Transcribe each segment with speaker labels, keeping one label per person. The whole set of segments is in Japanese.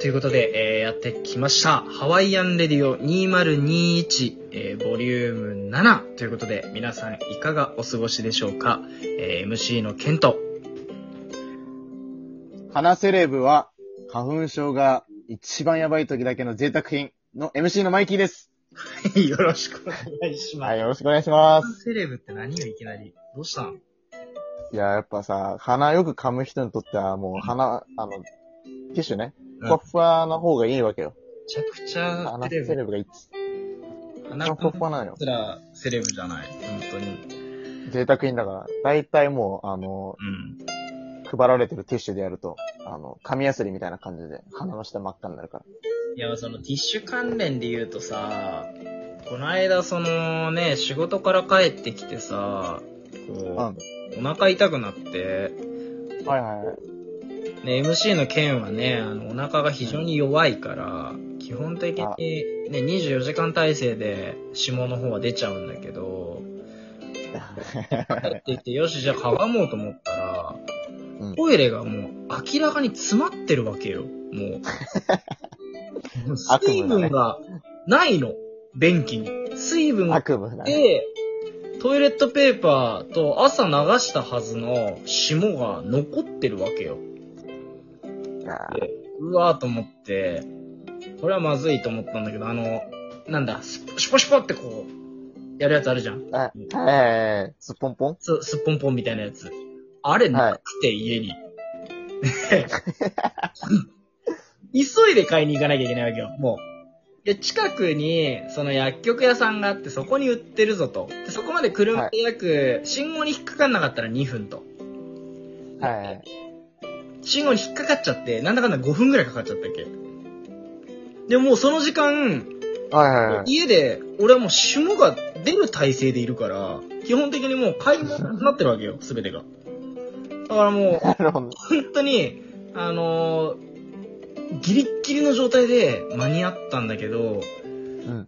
Speaker 1: ということで、えーやってきました。ハワイアンレディオ2021、えーボリューム7ということで、皆さんいかがお過ごしでしょうか、えー ?MC のケント。
Speaker 2: 花セレブは、花粉症が一番やばい時だけの贅沢品の MC のマイキーです。
Speaker 1: よろしくお願いします。
Speaker 2: はい、よろしくお願いしま
Speaker 1: ファン
Speaker 2: す。
Speaker 1: セレブって何よ、いきなり。どうしたん
Speaker 2: いや、やっぱさ、鼻よく噛む人にとっては、もう鼻、あの、ティッシュね、ふわ
Speaker 1: め
Speaker 2: ふわな方がいいわけよ。
Speaker 1: ちゃくちゃ
Speaker 2: 鼻
Speaker 1: セ
Speaker 2: セ
Speaker 1: レブ。
Speaker 2: レブが一
Speaker 1: 花
Speaker 2: 番ふ
Speaker 1: 粉
Speaker 2: わふわなのよ。
Speaker 1: すらセレブじゃない。本当に。
Speaker 2: 贅沢品だから、だいたいもう、あの、
Speaker 1: うん。
Speaker 2: 配られてるティッシュでやると、あの、紙やすりみたいな感じで、鼻の下真っ赤になるから。
Speaker 1: いや、そのティッシュ関連で言うとさ、この間そのね、仕事から帰ってきてさ、こうお腹痛くなって、
Speaker 2: うん。はいはいはい。
Speaker 1: ね、MC の件はね、あの、お腹が非常に弱いから、基本的
Speaker 2: あ
Speaker 1: にね、24時間体制で霜の方は出ちゃうんだけど、帰ってきて、よし、じゃあかがもうと思ったら、
Speaker 2: うん
Speaker 1: トイレがもう明らかに詰まってるわけよ、 もう。もう
Speaker 2: 悪
Speaker 1: 水
Speaker 2: 夢だね
Speaker 1: 分がないの、便器に。水分が
Speaker 2: 悪夢だね。
Speaker 1: で、トイレットペーパーと朝流したはずの霜が残ってるわけよ。でうわーと思って、これはまずいと思ったんだけど、あの、なんだ、スポシュポシュポってこう、やるやつあるじゃん。
Speaker 2: ああはい。すっぽんぽん
Speaker 1: す、すっぽんぽんみたいなやつ。あれなくて、家に。 で急いで買いに行かなきゃいけないわけよ、もう。で、近くに、その薬局屋さんがあって、そこに売ってるぞと。で、そこまで車で約、信号に引っかかんなかったら2分と。
Speaker 2: はいはい。
Speaker 1: 信号に引っかかっちゃって、なんだかんだ5分ぐらいかかっちゃったっけ。で、もうその時間、
Speaker 2: はいはいはい。
Speaker 1: 家で、俺はもう霜が出る体勢でいるから、基本的にもう買い物になってるわけよ、すべてが。だからもう、
Speaker 2: なるほど。
Speaker 1: 本当に、あのーギリッギリの状態で間に合ったんだけど、
Speaker 2: うん。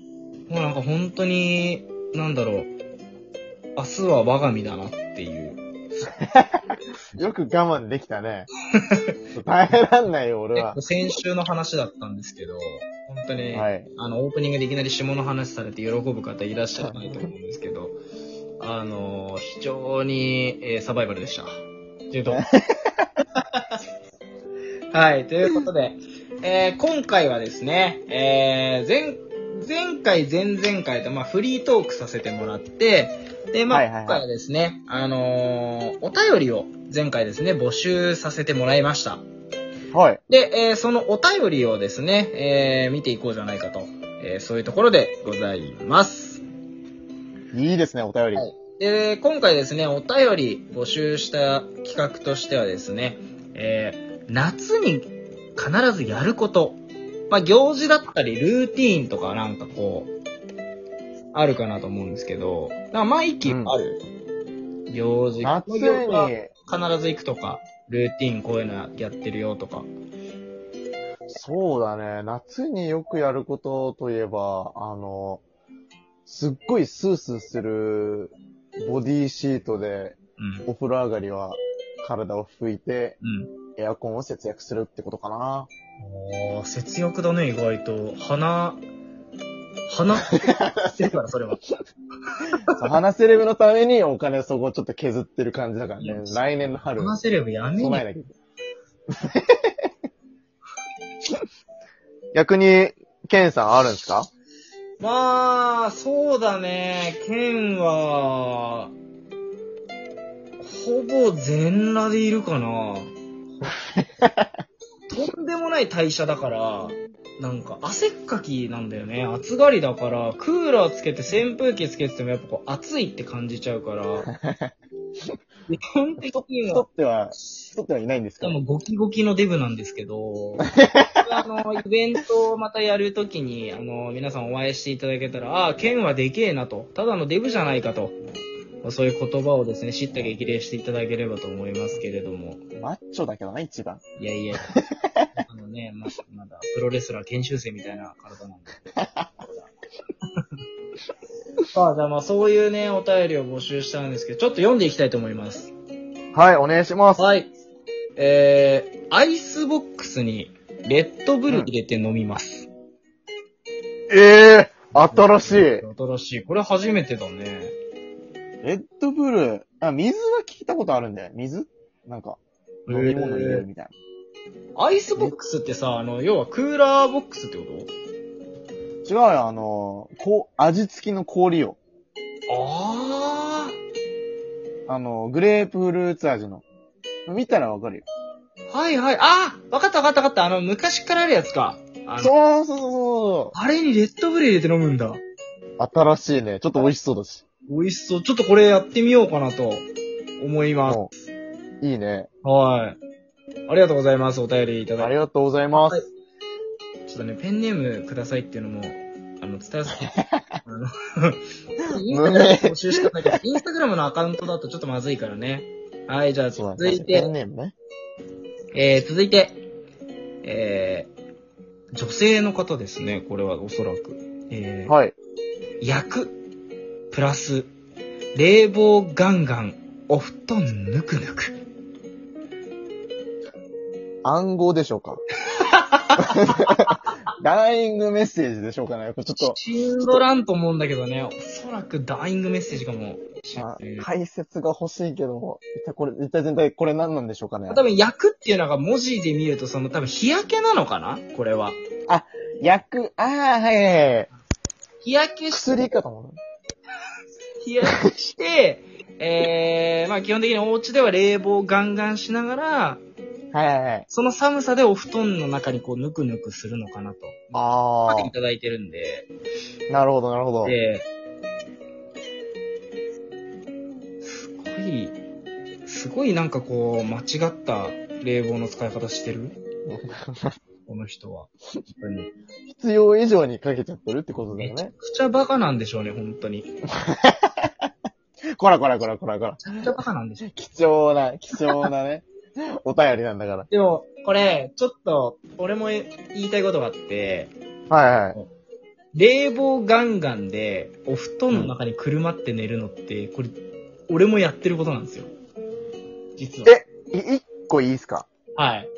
Speaker 1: もうなんか本当に、なんだろう、明日は我が身だなっていう。
Speaker 2: よく我慢できたね。耐えらんないよ、俺 は。
Speaker 1: ね先週の話だったんですけど、本当に、
Speaker 2: はい。
Speaker 1: あの、オープニングでいきなり下の話されて喜ぶ方いらっしゃらないと思うんですけど、あの、非常に、えーサバイバルでした。という とこはい、ということで、えー今回はですね、えー前、前回、前々回と、まあ、フリートークさせてもらって、で、まあ、
Speaker 2: はいはいはい
Speaker 1: 今回はですね、あのーお便りを前回ですね、募集させてもらいました。
Speaker 2: はい。
Speaker 1: で、えーそのお便りをですね、えー見ていこうじゃないかと、えーそういうところでございます。
Speaker 2: いいですね、お便り。
Speaker 1: はいで、今回ですね、お便り募集した企画としてはですね、えー夏に必ずやること。まあ、行事だったり、ルーティーンとかなんかこう、あるかなと思うんですけど、なんかマイキーもある、行事。
Speaker 2: 夏
Speaker 1: この行事は
Speaker 2: に、
Speaker 1: 必ず行くとか、ルーティーンこういうのやってるよとか。
Speaker 2: そうだね、夏によくやることといえば、あの、すっごいスースーするボディーシートで
Speaker 1: うん。
Speaker 2: お風呂上がりは体を拭いて
Speaker 1: うん。
Speaker 2: エアコンを節約するってことかな。
Speaker 1: ああ、節約だね、意外と。鼻、鼻、してるから、それは。
Speaker 2: 花セレブのためにお金そこをちょっと削ってる感じだか ら
Speaker 1: う
Speaker 2: ね
Speaker 1: ん。
Speaker 2: 来年の春。
Speaker 1: 鼻セレブやめ
Speaker 2: 備
Speaker 1: に。
Speaker 2: えなきゃいけない。 逆に、ケンさんあるんですか
Speaker 1: まあ、そうだね、剣は、ほぼ全裸でいるかな。とんでもない代謝だから、なんか汗っかきなんだよね。暑がりだから、クーラーつけて扇風機つけててもやっぱこう暑いって感じちゃうから。基本的には
Speaker 2: 人。っては、人ってはいないんです
Speaker 1: し
Speaker 2: か
Speaker 1: かもゴキゴキのデブなんですけど、あの、イベントをまたやるときに、あの、皆さんお会いしていただけたら、ああ、剣はでけえなと、ただのデブじゃないかと、そういう言葉をですね、知った激励していただければと思いますけれども、
Speaker 2: マッチョだけどね、一番。
Speaker 1: いやいや、あのね、まだ、まだ、プロレスラー研修生みたいな体なんで。 まあ、じゃあまあ、そういうね、お便りを募集したんですけど、ちょっと読んでいきたいと思います。
Speaker 2: はい、お願いします。
Speaker 1: はい。えー、アイスボックスにレッドブル入れて飲みます。
Speaker 2: ええ新しい。レ
Speaker 1: 新しい。これ初めてだね。
Speaker 2: ッドブル、あ、水は聞いたことあるんだよ。水なんか、飲み物入れるみたい
Speaker 1: アイスボックスってさ、あの、要はクーラーボックスってこと
Speaker 2: な。違うよ、あの、こう、味付きの氷よ。
Speaker 1: あ
Speaker 2: あの、グレープフルーツ味の。見たらわかるよ。
Speaker 1: あ。はいはい。あわかったわかったわかった。あの、昔からあるやつか。あの、
Speaker 2: そうそうそうそ
Speaker 1: あれにレッドブル入れて飲むんだ。
Speaker 2: う。新しいね。ちょっと美味しそうだし。
Speaker 1: 美味しそう。ちょっとこれやってみようかなと思います。
Speaker 2: うんいいね。
Speaker 1: はい。ありがとうございます。お便りいただ
Speaker 2: あ
Speaker 1: い
Speaker 2: り
Speaker 1: て。
Speaker 2: がとうございます。
Speaker 1: はいちょっとね、ペンネームくださいっていうのも、あの、伝えさせ て。あの、インスタグラム募集したんだけど、インスタグラムのアカウントだとちょっとまずいからね。はい、じゃあ
Speaker 2: そうなん
Speaker 1: 続
Speaker 2: だ
Speaker 1: い
Speaker 2: ペ
Speaker 1: て
Speaker 2: ン、ネームね。
Speaker 1: えー、続いて、えー、女性の方ですね。これはおそらく。えー、
Speaker 2: はい。
Speaker 1: 焼く、プラス、冷房ガンガン、お布団ぬくぬく。
Speaker 2: 暗号でしょうか。 ダイイングメッセージでしょうかね。これちょっと、
Speaker 1: シンドランと思うんだけどね、おそらくダイイングメッセージかもしれ
Speaker 2: まあ
Speaker 1: ない、
Speaker 2: 解説が欲しいけども、一体これ、一体全体これ何なんでしょうかね。
Speaker 1: 多分、焼くっていうのが文字で見ると、その多分日焼けなのかなこれは。
Speaker 2: 焼く、ああ、はいはいはい。
Speaker 1: 日焼けし、
Speaker 2: 薬かと思う。
Speaker 1: 日焼けして、 えー、まあ基本的にお家では冷房ガンガンしながら、
Speaker 2: はいはいはい。
Speaker 1: その寒さでお布団の中にこうぬくぬくするのかなと。
Speaker 2: あ
Speaker 1: いただいてるんで、
Speaker 2: あ、なるほどなるほど。
Speaker 1: で、すごい、すごいなんかこう、間違った冷房の使い方して るこの人は。本当に。
Speaker 2: 必要以上にかけちゃってるってことだ
Speaker 1: め
Speaker 2: よ
Speaker 1: ちゃ
Speaker 2: ね。
Speaker 1: くちゃバカなんでしょうね、本当に。め
Speaker 2: こらこらこらこらこら。
Speaker 1: ちゃくちゃバカなんでしょう。
Speaker 2: 貴重な、貴重な ね、お便りなんだから。
Speaker 1: でも、これ、ちょっと、俺も言いたいことがあって、
Speaker 2: はいはい。
Speaker 1: 冷房ガンガンで、お布団の中にくるまって寝るのって、これ、俺もやってることなんですよ。実は。
Speaker 2: い一個いいですか
Speaker 1: はい。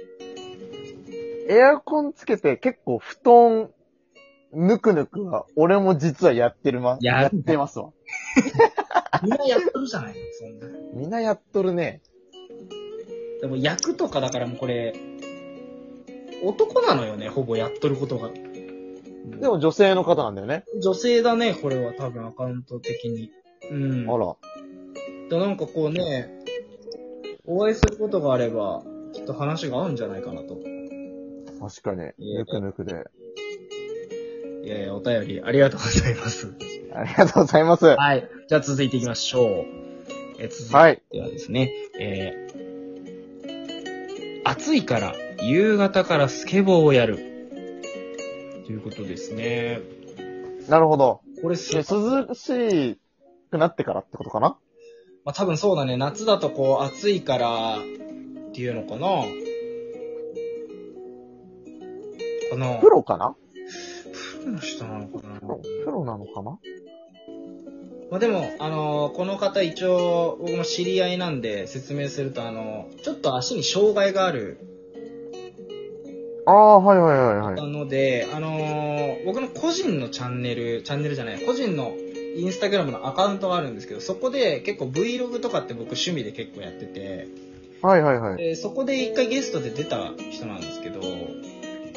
Speaker 2: エアコンつけて結構布団、ぬくぬくは、俺も実はやってるま、
Speaker 1: やる
Speaker 2: ってますわ。
Speaker 1: みんなやってるじゃないそんな。
Speaker 2: みんなやっとるね。
Speaker 1: でも焼くとかだからもうこれ、男なのよね、ほぼやっとることが。
Speaker 2: でも女性の方なんだよね。
Speaker 1: 女性だね、これは多分アカウント的に。うん。
Speaker 2: あら。
Speaker 1: でなんかこうね、お会いすることがあれば、きっと話が合うんじゃないかなと。
Speaker 2: 確かに。
Speaker 1: いえ
Speaker 2: ぬくぬくで。
Speaker 1: いやいや、お便りありがとうございます。
Speaker 2: ありがとうございます。は
Speaker 1: はい。じゃあ続いていきましょう。えー続
Speaker 2: い。
Speaker 1: いてはですね、えー、暑いから、夕方からスケボーをやる。ということですね。
Speaker 2: なるほど。
Speaker 1: これす
Speaker 2: で涼しくなってからってことかな
Speaker 1: まあ、多分そうだね。夏だとこう暑いからっていうのかな。か な。
Speaker 2: プロかな
Speaker 1: プロの人なのかな。
Speaker 2: プロプロなのかな
Speaker 1: まあ、でも、あのーこの方一応、僕も知り合いなんで説明すると、あのーちょっと足に障害がある
Speaker 2: ああ、はいはいはいはい。
Speaker 1: なので、あのー僕の個人のチャンネル、チャンネルじゃない、個人のインスタグラムのアカウントがあるんですけど、そこで結構 Vlog とかって僕趣味で結構やってて、
Speaker 2: はいはいはい。
Speaker 1: でそこで一回ゲストで出た人なんですけど、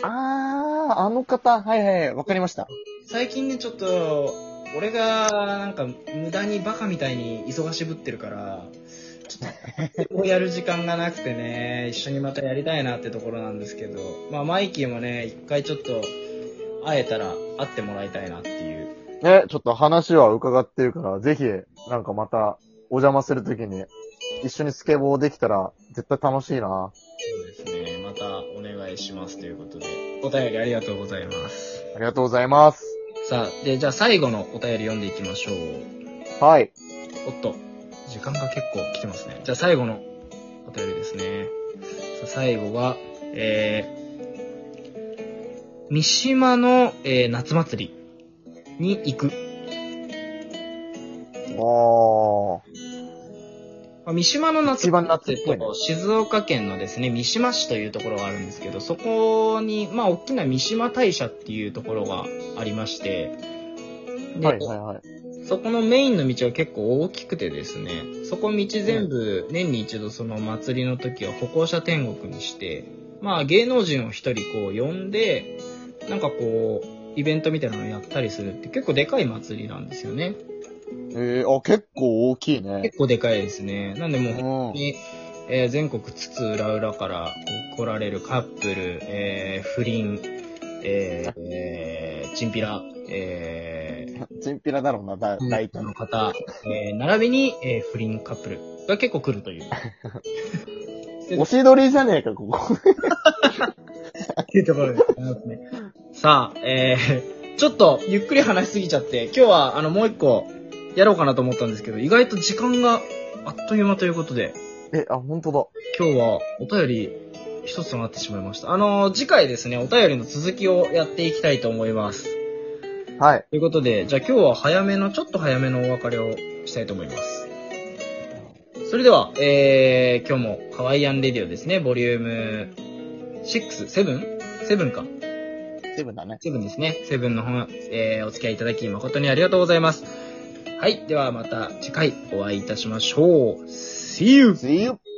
Speaker 2: ああ、あの方、はいはいはい。わかりました。
Speaker 1: 最近ねちょっと俺がなんか無駄にバカみたいに忙しぶってるからちょっとやる時間がなくてね一緒にまたやりたいなってところなんですけどまあマイキーもね一回ちょっと会えたら会ってもらいたいなっていう
Speaker 2: ね、ちょっと話は伺ってるから、ぜひ、なんかまた、お邪魔するときに、一緒にスケボーできたら、絶対楽しいな。
Speaker 1: そうですねまたお願いしますということでお便りありがとうございます
Speaker 2: ありがとうございます。
Speaker 1: さあでじゃあ最後のお便り読んでいきましょう
Speaker 2: はい。
Speaker 1: おっと、時間が結構来てますね。じゃあ最後のお便りですね。さあ最後は、えー、三島の、えー夏祭りに行く。
Speaker 2: おー。
Speaker 1: まあ三島の夏
Speaker 2: 一番夏
Speaker 1: 祭
Speaker 2: っ
Speaker 1: り
Speaker 2: ぽいね
Speaker 1: と静岡県のですね、三島市というところがあるんですけど、そこに、まあ、大きな三島大社っていうところがありまして、で
Speaker 2: はいはいはい。
Speaker 1: そこのメインの道は結構大きくてですね、そこ道全部年に一度その祭りの時は歩行者天国にして、まあ芸能人を一人こう呼んで、なんかこう、イベントみたいなのをやったりするって結構でかい祭りなんですよね。
Speaker 2: えー、あ、結構大きいね。
Speaker 1: 結構でかいですね。なんでもう
Speaker 2: う
Speaker 1: 本
Speaker 2: ん
Speaker 1: 当。に、えー全国津々浦々からこう来られるカップル、えー不倫、えーえーチンピラ、えー
Speaker 2: チンピラだろうな、だ、
Speaker 1: ラ
Speaker 2: 大
Speaker 1: イター。
Speaker 2: 体
Speaker 1: の方、えー並びに、えー不倫カップルが結構来るという。
Speaker 2: おしどりじゃねえか、ここ。
Speaker 1: っていうところでございますね。 さあ、えー、ちょっとゆっくり話しすぎちゃって、今日はあのもう一個やろうかなと思ったんですけど、意外と時間があっという間ということで、
Speaker 2: え、あ、ほんとだ。
Speaker 1: 今日はお便り一つとなってしまいました。あのー次回ですね、お便りの続きをやっていきたいと思います。
Speaker 2: はい。
Speaker 1: ということで、じゃあ今日は早めの、ちょっと早めのお別れをしたいと思います。それでは、えー、今日もハワイアンレディオですね、ボリューム6、7?7 か。
Speaker 2: セブンだね。
Speaker 1: 7ですね。7の本、えー、お付き合いいただき誠にありがとうございます。はい、ではまた次回お会いいたしましょう。See you!
Speaker 2: See you!